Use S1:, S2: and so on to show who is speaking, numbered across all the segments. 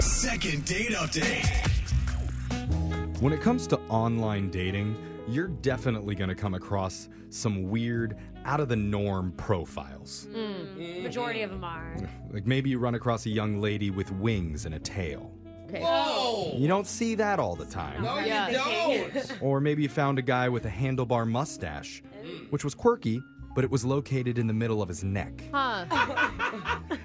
S1: Second date update.
S2: When it comes to online dating, you're definitely going to come across some weird, out of the norm profiles.
S3: Majority of them are.
S4: Mm-hmm.
S2: Like maybe you run across a young lady with wings and a tail.
S3: Okay.
S5: Oh!
S2: You don't see that all the time.
S5: No,
S3: Yeah.
S5: you don't!
S2: Or maybe you found a guy with a handlebar mustache, which was quirky, but it was located in the middle of his neck.
S3: Huh.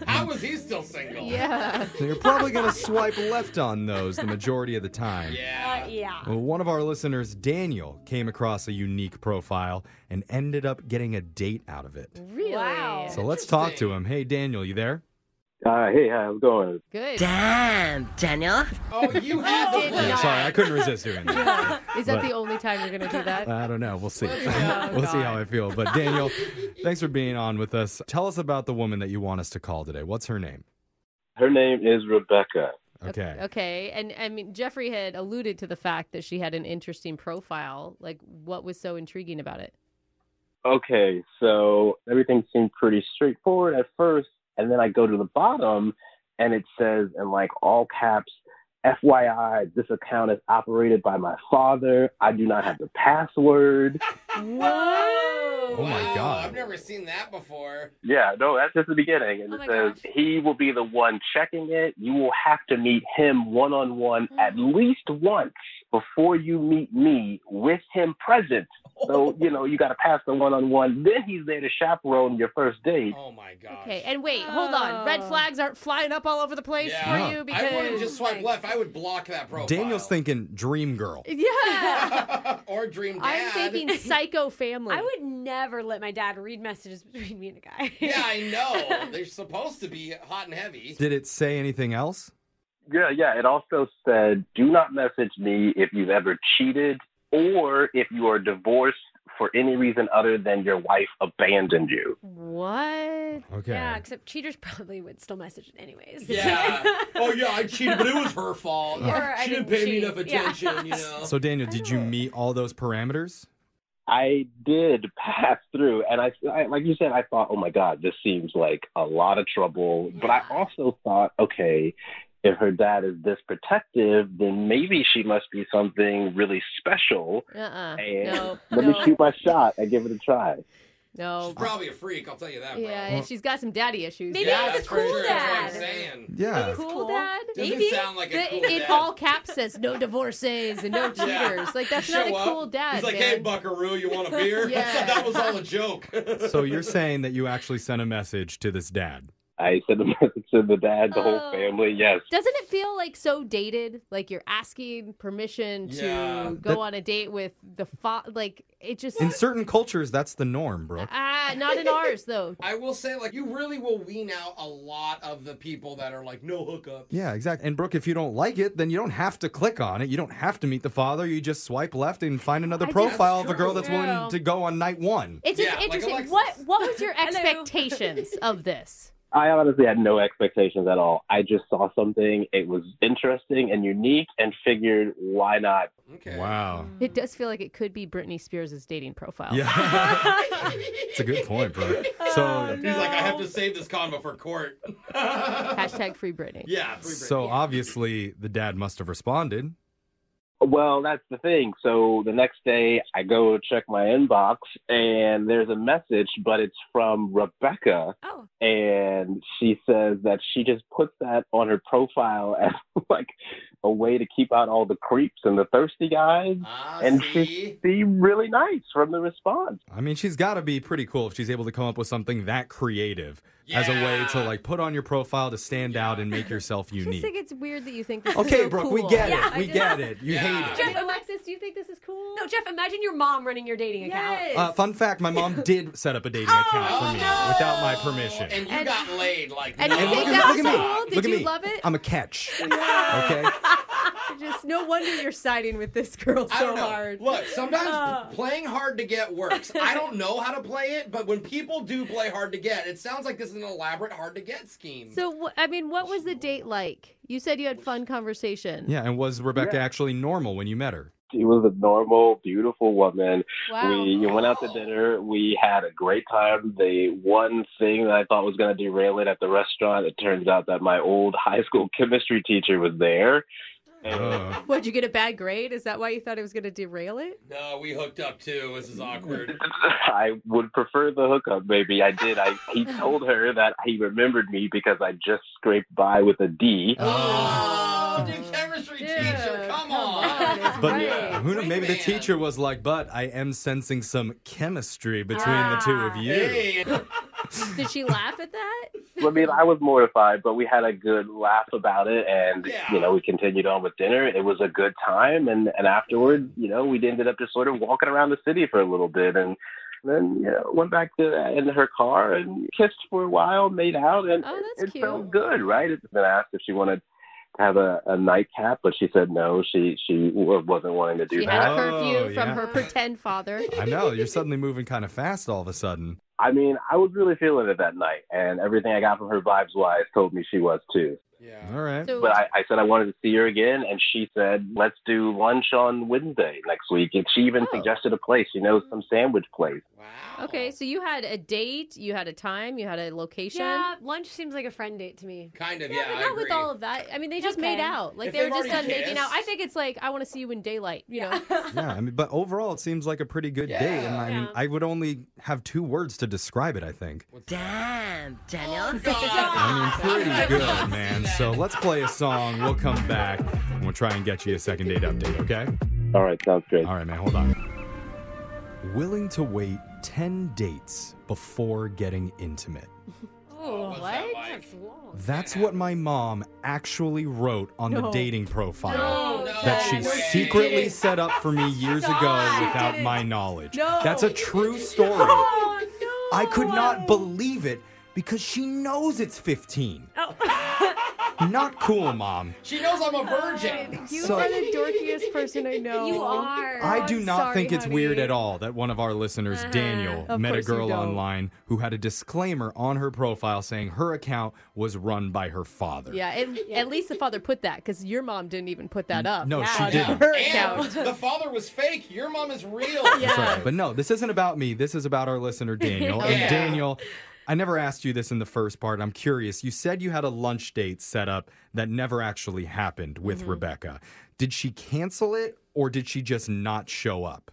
S5: How was he still single?
S3: Yeah.
S2: So you're probably going to swipe left on those the majority of the time.
S4: Uh,
S5: Yeah.
S3: yeah.
S2: Well, one of our listeners, Daniel, came across a unique profile and ended up getting a date out of it.
S3: Really?
S4: Wow.
S2: So let's talk to him. Hey, Daniel, you there?
S6: Uh, hey, how's it going?
S3: Good.
S7: Damn, Daniel.
S5: Oh, you had
S3: did
S5: the
S3: not.
S2: Yeah, sorry, I couldn't resist doing that.
S3: Is that
S2: But-
S3: the only time you're going to do that?
S2: I don't know. We'll see.
S3: Oh,
S2: we'll see
S3: God.
S2: how I feel. But Daniel, thanks for being on with us. Tell us about the woman that you want us to call today. What's her name?
S6: Her name is Rebecca.
S2: Okay.
S3: Okay. And I mean, Jeffrey had alluded to the fact that she had an interesting profile. Like, what was so intriguing about it?
S6: Okay, so everything seemed pretty straightforward at first, and then I go to the bottom, and it says in like all caps, FYI, this account is operated by my father. I do not have the password.
S5: Whoa!
S2: Oh my
S5: Wow,
S2: God.
S5: I've never seen that before.
S6: Yeah, no, that's just the beginning. And
S4: Oh
S6: it
S4: my
S6: says
S4: gosh.
S6: he will be the one checking it. You will have to meet him one on one
S4: Mm-hmm.
S6: at least once before you meet me with him present. So, you know, you got to pass the one on one. Then he's there to chaperone your first date.
S5: Oh my gosh.
S3: Okay. And wait, hold on. Red
S4: Oh.
S3: flags aren't flying up all over the place
S5: Yeah.
S3: for you
S5: I wouldn't
S3: because.
S5: just swipe left. I would block that profile.
S2: Daniel's thinking dream girl.
S3: yeah.
S5: or dream dad.
S3: I'm thinking psycho family.
S4: I would never let my dad read messages between me and a guy.
S5: Yeah, I know. They're supposed to be hot and heavy.
S2: Did it say anything else?
S6: Yeah, yeah. It also said, do not message me if you've ever cheated or if you are divorced for any reason other than your wife abandoned you.
S3: What?
S2: Okay.
S4: Yeah, except cheaters probably would still message it anyways.
S5: Yeah. oh yeah, I cheated, but it was her fault.
S4: Or I
S5: she didn't
S4: didn't
S5: pay me
S4: cheat.
S5: enough
S4: Yeah.
S5: attention. You know.
S2: So Daniel, did you meet all those parameters?
S6: I did pass through, and I, I, like you said, I thought, oh my God, this seems like a lot of trouble. But I also thought, okay, if her dad is this protective, then maybe she must be something really special.
S3: Uh uh
S6: And
S3: No.
S6: let me
S3: no.
S6: shoot my shot and give it a try.
S3: No.
S5: She's probably a freak. I'll tell you that. Bro.
S3: Oh Yeah. and she's got some daddy issues.
S4: Maybe
S5: yeah
S4: he's a
S5: that's for
S4: cool
S5: sure. That's what I'm
S4: dad.
S5: saying.
S2: Yeah.
S3: Cool,
S4: Cool.
S3: dad.
S5: Doesn't
S3: Maybe.
S5: sound like a
S3: The-
S5: cool
S3: in
S5: dad.
S3: all caps says no divorces and no cheaters.
S5: Yeah.
S3: Like that's
S5: You
S3: not
S5: show
S3: a
S5: up,
S3: cool dad.
S5: He's like,
S3: man.
S5: hey, Buckaroo, you want a beer?
S3: Yeah.
S5: that was all a joke.
S2: So you're saying that you actually sent a message to this dad?
S6: I sent a message to the dad, the
S4: Oh.
S6: whole family. Yes,
S3: Doesn't it feel like so dated? Like you're asking permission to
S5: Yeah.
S3: go
S2: That-
S3: on a date with the fa- like it just
S2: In certain cultures, that's the norm, Brooke.
S3: ah not in ours though.
S5: I will say, like, you really will wean out a lot of the people that are like, no hookup.
S2: Yeah, exactly. And Brooke, if you don't like it, then you don't have to click on it. You don't have to meet the father. You just swipe left and find another
S3: I just-
S2: profile of a
S5: That's
S2: girl
S5: true.
S2: that's willing to go on night one.
S3: It's just
S5: Yeah, like
S3: interesting.
S5: Alexis.
S3: what what was your
S4: Hello.
S3: expectations of this?
S6: I honestly had no expectations at all. I just saw something. It was interesting and unique, and figured, why not?
S5: Okay.
S2: Wow.
S3: It does feel like it could be Britney Spears' dating profile.
S2: Yeah. It's a good point, Brooke. So,
S3: Um,
S5: He's like, I have to save this convo for court.
S3: Hashtag free Britney.
S5: yeah. Free
S2: so uh, obviously the dad must have responded.
S6: Well, that's the thing. So the next day, I go check my inbox, and there's a message, but it's from Rebecca,
S4: Oh.
S6: and she says that she just puts that on her profile as like a way to keep out all the creeps and the thirsty guys.
S5: Ah,
S6: And
S5: see?
S6: she seemed really nice from the response.
S2: I mean, she's got to be pretty cool if she's able to come up with something that creative as a way to
S5: Yeah.
S2: like put on your profile to stand out and make yourself
S3: I just think
S2: unique.
S3: it's weird that you think this is
S2: Okay,
S3: so
S2: Brooke,
S3: cool.
S2: we get
S4: Yeah,
S2: it.
S4: I
S2: We
S4: just-
S2: get it. You
S5: Yeah.
S2: hate it.
S3: I mean, Alexis, do you think this is cool?
S4: No, Jeff, imagine your mom running your dating account.
S2: Uh, fun fact: My mom did set up a dating account for me without my permission.
S5: Oh, And you
S3: Oh, And-
S5: got laid. Like,
S3: and
S5: no.
S3: you think
S2: at-
S3: that
S2: at
S3: was cool? Did
S2: Look at
S3: you
S2: me.
S3: love it?
S2: I'm a catch. Okay.
S3: Just no wonder you're siding with this girl
S5: I
S3: so
S5: don't know.
S3: hard. Uh.
S5: Look, sometimes playing hard to get works. I don't know how to play it, but when people do play hard to get, it sounds like this is an elaborate hard to get scheme.
S3: So, wh- I mean, what was the date like? You said you had fun conversation.
S2: Yeah, and was Rebecca
S6: Yeah.
S2: actually normal when you met her?
S6: She was a normal, beautiful woman.
S4: Wow.
S6: We went out to dinner. We had a great time. The one thing that I thought was going to derail it at the restaurant, it turns out that my old high school chemistry teacher was there. And
S2: Uh,
S3: What, you get a bad grade? Is that why you thought it was going to derail it?
S5: No, we hooked up too. This is awkward.
S6: I would prefer the hookup, maybe. I did. I he told her that he remembered me because I just scraped by with a D.
S5: Oh, dude, chemistry
S3: Dude,
S5: teacher, come, on.
S3: it's
S2: but
S3: great.
S2: who knows? Maybe the
S5: Freeman.
S2: teacher was like, "But I am sensing some chemistry between the two of
S4: Ah,
S2: you."
S5: Hey,
S3: Did she laugh at that?
S6: I mean, I was mortified, but we had a good laugh about it, and
S5: Yeah.
S6: you know, we continued on with dinner. It was a good time, and and afterward, you know, we ended up just sort of walking around the city for a little bit, and then you know, went back to in her car and kissed for a while, made out, and
S3: Oh, that's
S6: it, it
S3: cute.
S6: felt good, right? And Then asked if she wanted to have a, a nightcap, but she said no. She she wasn't wanting to do
S3: She
S6: that.
S3: had
S2: Oh,
S3: a curfew from
S2: yeah.
S3: her pretend father.
S2: I know you're suddenly moving kind of fast all of a sudden.
S6: I mean, I was really feeling it that night, and everything I got from her vibes wise told me she was too.
S5: yeah.
S2: All right.
S3: So,
S6: But I, I said I wanted to see her again, and she said, "Let's do lunch on Wednesday next week." And she even
S3: Oh.
S6: suggested a place, you know, some sandwich place.
S5: Wow.
S3: okay, so you had a date, you had a time, you had a location.
S4: Yeah, lunch seems like a friend date to me.
S5: Kind of,
S3: Yeah,
S5: yeah.
S3: but
S5: I
S3: not
S5: agree.
S3: with all of that. I mean, they just made
S4: Okay.
S3: out. Like
S5: If
S3: they were
S5: they've
S3: just done
S5: already
S3: making out. I
S5: kissed.
S3: think it's like I want to see you in daylight. You know.
S2: Yeah, I mean, but overall, it seems like a pretty good date, and I mean,
S4: Yeah.
S2: I would only have two words to describe it. I think.
S7: Damn, Daniel.
S4: Oh,
S2: I mean, pretty
S5: Stop.
S2: good, man. So let's play a song. We'll come back, and we'll try and get you a second date update. Okay.
S6: All right, sounds great.
S2: All right, man, hold on. Willing to wait 10 dates before getting intimate.
S4: Oh,
S5: what's
S4: what?
S5: that like?
S4: That's long.
S2: That's what my mom actually wrote on the
S3: No.
S2: dating profile
S4: No, no
S2: that she
S4: way.
S2: secretly set up for me years ago
S4: Stop.
S2: without
S4: Didn't.
S2: my knowledge.
S3: No.
S2: That's a true story.
S4: Oh no!
S2: I could
S3: Oh.
S2: not believe it because she knows it's 15.
S3: Oh.
S2: Not cool, mom.
S5: She knows I'm a virgin.
S3: You
S2: So-
S3: are the dorkiest person I know.
S4: You are.
S2: I do
S3: Oh, I'm
S2: not
S3: sorry,
S2: think it's
S3: honey. Uh-huh.
S2: weird at all that one of our listeners, Daniel,
S3: Of
S2: met a
S3: course you
S2: girl
S3: don't.
S2: online who had a disclaimer on her profile saying her account was run by her father.
S3: Yeah, and at least the father put that because your mom didn't even put that up.
S2: No, she
S4: Yeah.
S2: didn't.
S3: Her
S5: And
S3: account.
S5: the father was fake. Your mom is real.
S2: That's right. But no, this isn't about me. This is about our listener, Daniel.
S5: Yeah.
S2: And Daniel, I never asked you this in the first part. I'm curious. You said you had a lunch date set up that never actually happened with Rebecca. Did she cancel it or did she just not show up?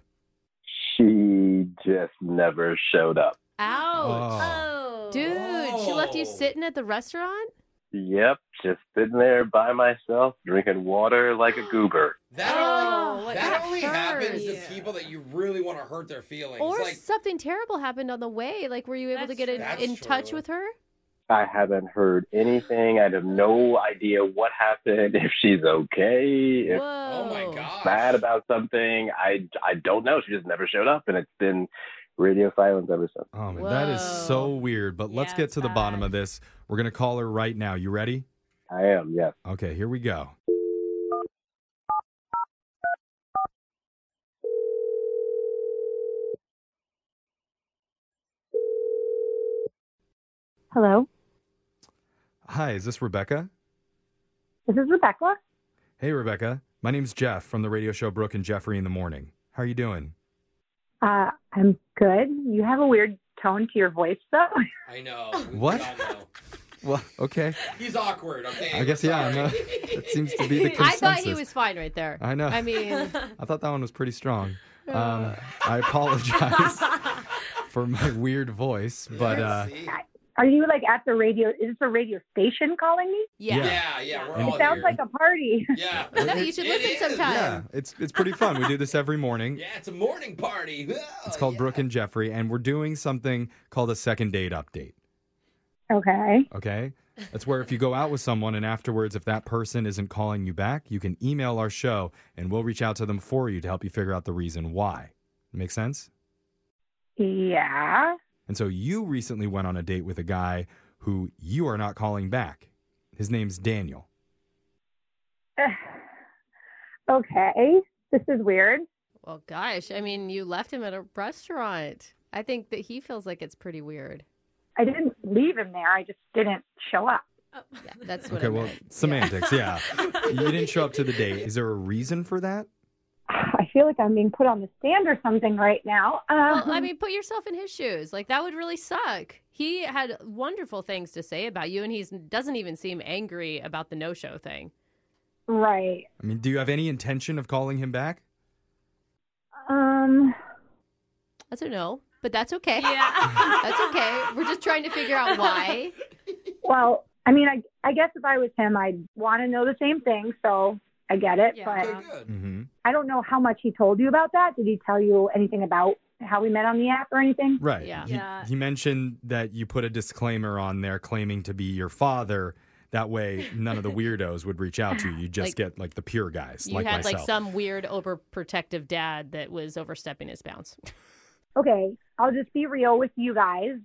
S6: She just never showed up.
S3: Ouch.
S4: Oh,
S3: Dude, she left you
S5: Oh.
S3: sitting at the restaurant?
S6: Yep, just sitting there by myself, drinking water like a goober.
S5: That
S4: Oh,
S5: only,
S4: what
S5: that
S4: a
S5: only
S4: hurt.
S5: happens to people that you really want to hurt their feelings.
S3: Or
S5: like,
S3: something terrible happened on the way. Like, were you able to
S4: That's
S3: get in,
S5: true.
S3: in
S5: That's
S3: touch
S5: true.
S3: with her?
S6: I haven't heard anything. I have no idea what happened, if she's okay, if
S3: Whoa.
S5: oh my gosh.
S6: bad about something. I, I don't know. She just never showed up, and it's been radio silence ever since.
S2: Oh, man, that is so
S3: Whoa.
S2: weird. But let's
S4: Yeah,
S2: get
S4: it's
S2: to the bottom
S4: bad.
S2: of this. We're going to call her right now. You ready?
S6: I am, yes.
S2: Okay, here we go.
S8: Hello,
S2: Hi, is this Rebecca?
S8: this is Rebecca.
S2: Hey, Rebecca. My name's Jeff from the radio show Brooke and Jeffrey in the Morning. How are you doing?
S8: Uh, I'm good. You have a weird tone to your voice, though.
S5: I know.
S3: Oh.
S5: We
S2: What?
S5: all know.
S2: Well, okay.
S5: He's awkward. Okay.
S2: I guess,
S5: we're
S2: yeah, I know.
S5: sorry.
S2: That seems to be the
S3: I
S2: consensus.
S3: thought he was fine right there.
S2: I know.
S3: I mean,
S2: I thought that one was pretty strong.
S5: Uh.
S2: Um, I apologize for my weird voice, but uh,
S5: See?
S8: Are you like at the radio? Is this a radio station calling me?
S3: yeah.
S5: yeah, yeah, we're
S2: It
S5: all
S8: It sounds
S5: here.
S8: like a party.
S5: yeah.
S3: No, you should
S5: It
S3: listen
S5: is.
S3: sometime.
S2: yeah, it's it's pretty fun. We do this every morning.
S5: Yeah, it's a morning party.
S2: It's called
S5: yeah.
S2: Brooke and Jeffrey, and we're doing something called a second date update.
S8: Okay.
S2: Okay, that's where if you go out with someone and afterwards, if that person isn't calling you back, you can email our show and we'll reach out to them for you to help you figure out the reason why. Make sense?
S8: Yeah.
S2: And so you recently went on a date with a guy who you are not calling back. His name's Daniel.
S8: okay. This is weird.
S3: Well, gosh, I mean, you left him at a restaurant. I think that he feels like it's pretty weird.
S8: I didn't leave him there. I just didn't show up.
S4: Oh.
S3: Yeah, that's what
S2: Okay,
S3: I
S2: well,
S3: meant. Yeah.
S2: semantics, yeah. you didn't show up to the date. Is there a reason for that?
S8: I I feel like I'm being put on the stand or something right now. Um,
S3: Well, I mean, put yourself in his shoes. Like that would really suck. He had wonderful things to say about you, and he doesn't even seem angry about the no-show thing.
S8: right.
S2: I mean, do you have any intention of calling him back?
S8: Um,
S3: That's a no, but that's okay.
S4: Yeah.
S3: that's okay. We're just trying to figure out why.
S8: well, I mean, I, I guess if I was him, I'd want to know the same thing. So I get it,
S4: Yeah.
S8: but
S5: Okay, good.
S2: Mm-hmm.
S8: I don't know how much he told you about that. Did he tell you anything about how we met on the app or anything?
S2: Right.
S3: Yeah.
S2: He,
S4: Yeah.
S2: he mentioned that you put a disclaimer on there claiming to be your father. That way, none of the weirdos would reach out to you. You just
S3: Like-
S2: get like the pure guys,
S3: You
S2: like
S3: had
S2: myself.
S3: like some weird overprotective dad that was overstepping his bounds.
S8: Okay, I'll just be real with you guys.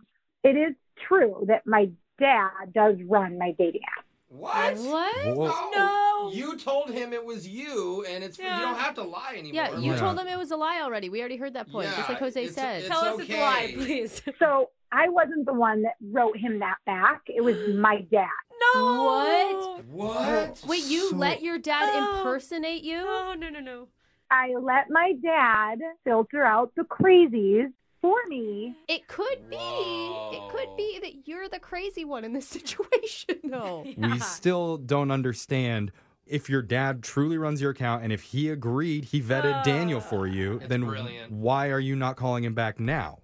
S8: It is true that my dad does run my dating app.
S5: What?
S4: What?
S2: Whoa.
S4: No.
S5: You told him it was you, and it's
S4: Yeah.
S5: you don't have to lie anymore.
S3: Yeah, you
S2: Yeah.
S3: told him it was a lie already. We already heard that point, just like
S5: Yeah,
S3: Jose
S5: it's-
S3: said.
S4: Tell us it's a lie,
S5: okay.
S4: please.
S8: So I wasn't the one that wrote him that back. It was my dad.
S4: No.
S3: What?
S5: What?
S3: Wait, you
S2: So-
S3: let your dad
S4: Oh.
S3: impersonate you?
S4: Oh no no no.
S8: I let my dad filter out the crazies for me.
S3: It could be. It could be that you're the crazy one in this situation, though.
S4: Yeah.
S2: We still don't understand if your dad truly runs your account and if he agreed he vetted Daniel for you,
S5: That's
S2: then
S5: brilliant.
S2: why are you not calling him back now?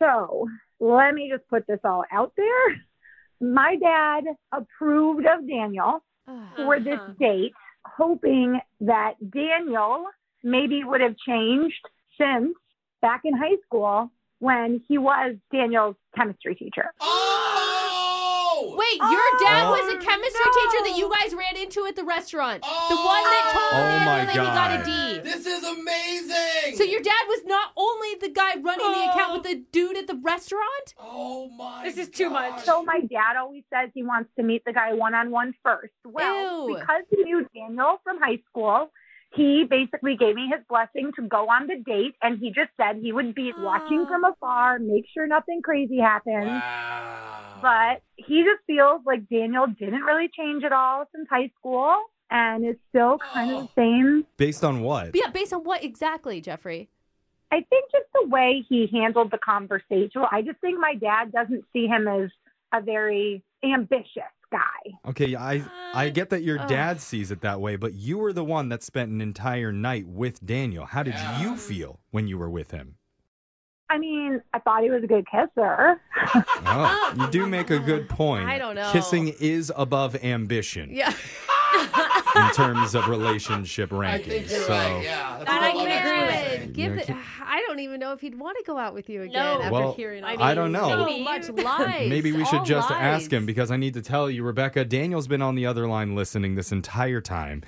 S8: So let me just put this all out there. My dad approved of Daniel
S3: Ugh.
S8: for this
S4: Uh-huh.
S8: date, hoping that Daniel maybe would have changed since back in high school when he was Daniel's chemistry teacher.
S5: Oh!
S3: Wait, your dad
S2: Oh.
S3: was a chemistry teacher that you guys ran into at the restaurant. The one that told
S2: Oh
S3: Daniel
S2: my
S3: that he got a D.
S5: This is amazing!
S3: So your dad was not only the guy running the account
S4: Oh.
S3: with the dude at the restaurant?
S5: Oh my.
S4: This is too much.
S5: gosh.
S8: So my dad always says he wants to meet the guy one on one first. Well,
S3: Ew.
S8: because he knew Daniel from high school, he basically gave me his blessing to go on the date, and he just said he would be watching from afar, make sure nothing crazy happens.
S5: Wow.
S8: But he just feels like Daniel didn't really change at all since high school, and is still kind of the same.
S2: Based on what?
S3: But yeah, based on what exactly, Jeffrey?
S8: I think just the way he handled the conversation. I just think my dad doesn't see him as a very ambitious guy.
S2: Okay, I I
S4: What?
S2: get that your
S3: Ugh.
S2: dad sees it that way, but you were the one that spent an entire night with Daniel. How did
S5: Yeah.
S2: you feel when you were with him?
S8: I mean, I thought he was a good kisser.
S2: Oh, you do make a good point.
S3: I don't know.
S2: Kissing is above ambition
S3: Yeah.
S2: in terms of relationship rankings.
S5: I think you're
S2: so
S5: right. Yeah. Oh, That's
S4: That
S5: what
S4: I
S5: a lot of
S4: can
S5: people
S4: agree
S5: say.
S3: Good. Give
S2: Yeah,
S3: it, I don't even know if he'd want to go out with you again
S4: No.
S3: after
S2: Well,
S3: hearing all
S4: I
S3: that.
S4: mean,
S2: I don't know.
S3: so
S4: maybe-
S3: much lies.
S2: Maybe we should
S3: All
S2: just
S3: lies.
S2: ask him because I need to tell you, Rebecca, Daniel's been on the other line listening this entire time,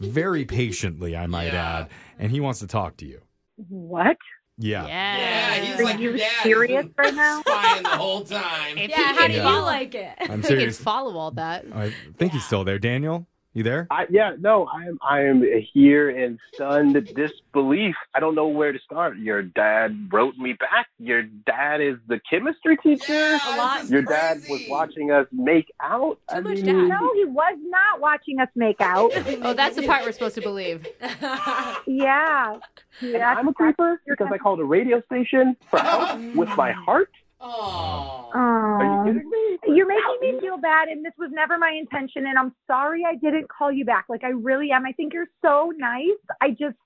S2: very patiently, I might
S5: Yeah.
S2: add, and he wants to talk to you.
S8: What?
S2: Yeah.
S5: Yeah, he's
S8: Are
S5: like your
S8: you
S5: dad.
S8: serious
S5: He's been
S8: right now?
S5: Spying the whole time.
S3: If
S4: Yeah.
S3: he
S4: How
S3: can
S4: do
S2: Yeah.
S4: you like it?
S2: I'm
S3: If he can
S2: serious.
S3: follow all that.
S2: I think he's still there. Daniel, you there?
S6: I, yeah, no, I am. I am here in stunned disbelief. I don't know where to start. Your dad wrote me back. Your dad is the chemistry teacher.
S5: Yeah,
S4: lot.
S5: this is
S6: Your dad
S5: crazy.
S6: was watching us make out.
S3: Too
S6: I
S3: much
S6: mean,
S3: dad.
S8: No, he was not watching us make out.
S3: Oh, that's the part we're supposed to believe.
S8: yeah.
S6: and
S8: yeah.
S6: I'm a creeper because I called a radio station for help with my heart.
S5: Oh.
S6: Are you
S8: Aw.
S6: kidding me?
S8: Um, You're making me feel bad, and this was never my intention. And I'm sorry I didn't call you back. Like I really am. I think you're so nice. I just,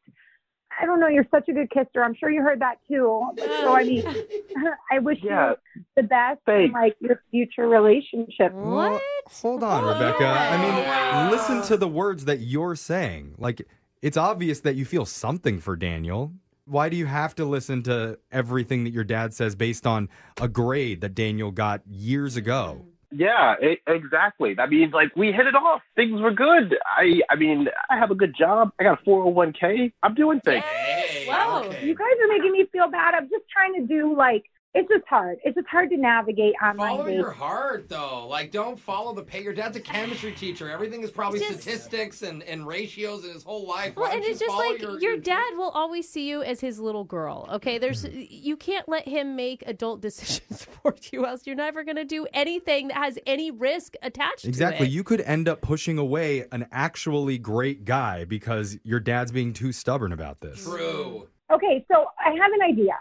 S8: I don't know. You're such a good kisser. I'm sure you heard that too. So I mean, I wish
S6: Yeah.
S8: you the best in
S6: Thanks.
S8: like your future relationship.
S2: Well, hold on, Rebecca. I mean,
S5: Wow.
S2: listen to the words that you're saying. Like, it's obvious that you feel something for Daniel. Why do you have to listen to everything that your dad says based on a grade that Daniel got years
S5: Mm-hmm.
S2: ago?
S6: Yeah, e- exactly. That means like we hit it off. Things were good. I, I mean, I have a good job. I got a 401k. I'm doing things.
S5: Hey,
S4: Wow.
S5: okay.
S8: You guys are making me feel bad. I'm just trying to do like it's just hard. It's just hard to navigate online
S5: Follow
S8: dates.
S5: your heart, though. Like, don't follow the pay. Your dad's a chemistry teacher. Everything is probably
S4: It's just-
S5: statistics and, and ratios in his whole life. Why
S3: Well, and
S5: don't you
S3: it's just
S5: follow
S3: like your,
S5: your
S3: dad will always see you as his little girl. Okay, there's
S5: Mm-hmm.
S3: you can't let him make adult decisions for you, else you're never gonna do anything that has any risk attached.
S2: Exactly.
S3: to it.
S2: You could end up pushing away an actually great guy because your dad's being too stubborn about this.
S5: True.
S8: Okay, so I have an idea.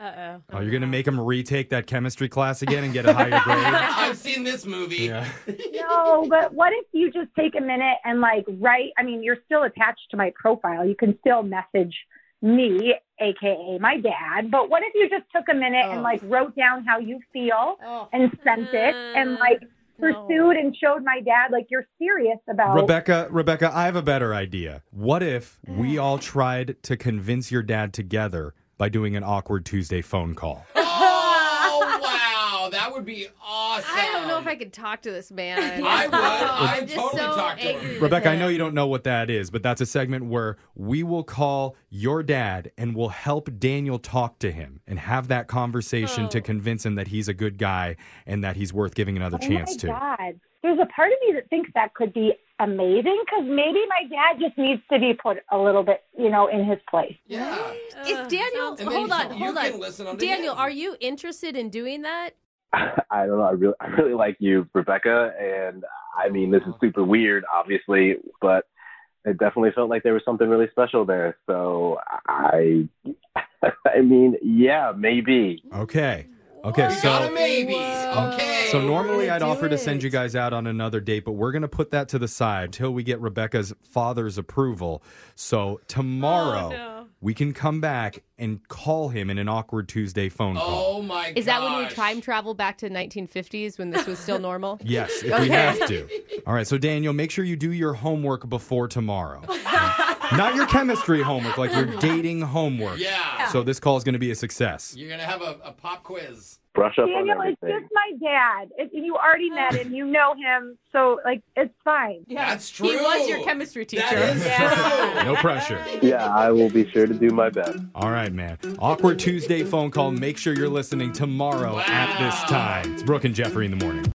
S4: Uh oh.
S2: Oh, you're going to make him retake that chemistry class again and get a higher grade?
S5: I've seen this movie.
S2: Yeah.
S8: No, but what if you just take a minute and like write? I mean, you're still attached to my profile. You can still message me, aka my dad. But what if you just took a minute and
S3: Oh.
S8: like wrote down how you feel
S3: Oh. Mm.
S8: and sent it and like
S3: no.
S8: pursued and showed my dad like you're serious about
S2: Rebecca, Rebecca, I have a better idea. What if we all tried to convince your dad together by doing an awkward Tuesday phone call?
S5: Oh, wow. That would be awesome.
S3: I don't know if I could talk to this man.
S5: I would. I'd
S3: I'm just
S5: totally
S3: so
S5: talk to him.
S3: angry with
S2: Rebecca, I know
S3: him.
S2: you don't know what that is, but that's a segment where we will call your dad and we'll help Daniel talk to him and have that conversation to
S3: Oh.
S2: convince him that he's a good guy and that he's worth giving another
S8: Oh
S2: chance
S8: my
S2: to.
S8: God. There's a part of me that thinks that could be amazing because maybe my dad just needs to be put a little bit, you know, in his place.
S5: Yeah.
S3: Is Daniel?
S4: sounds
S5: And then
S3: Hold
S5: you-
S3: on,
S5: you
S3: hold
S5: can
S3: on.
S5: listen unto
S3: Daniel,
S5: him.
S3: are you interested in doing that?
S6: I don't know. I really, I really like you, Rebecca, and I mean, this is super weird, obviously, but it definitely felt like there was something really special there. So I, I mean, yeah, maybe.
S2: Okay. Okay,
S5: We
S2: so
S5: got a maybe.
S3: Whoa.
S5: Okay.
S2: So normally I'd
S3: Do
S2: offer to send
S3: it.
S2: you guys out on another date, but we're going to put that to the side till we get Rebecca's father's approval. So tomorrow
S4: Oh, no.
S2: we can come back and call him in an awkward Tuesday phone call.
S5: Oh, my God.
S3: Is that when we time travel back to 1950s when this was still normal?
S2: Yes, if we
S3: Okay.
S2: have to. All right, so Daniel, make sure you do your homework before tomorrow. Not your chemistry homework, like your dating homework.
S5: Yeah.
S2: So this call is going to be a success.
S5: You're going to have a, a pop quiz.
S6: Brush up
S8: Daniel
S6: on
S8: is
S6: everything.
S8: just my dad. It, you already met him. You know him. So, like, it's fine.
S5: Yeah. That's true.
S3: He was your chemistry teacher.
S5: That is true.
S2: No pressure.
S6: Yeah, I will be sure to do my best.
S2: All right, man. Awkward Tuesday phone call. Make sure you're listening tomorrow at this
S5: Wow.
S2: time. It's Brooke and Jeffrey in the morning.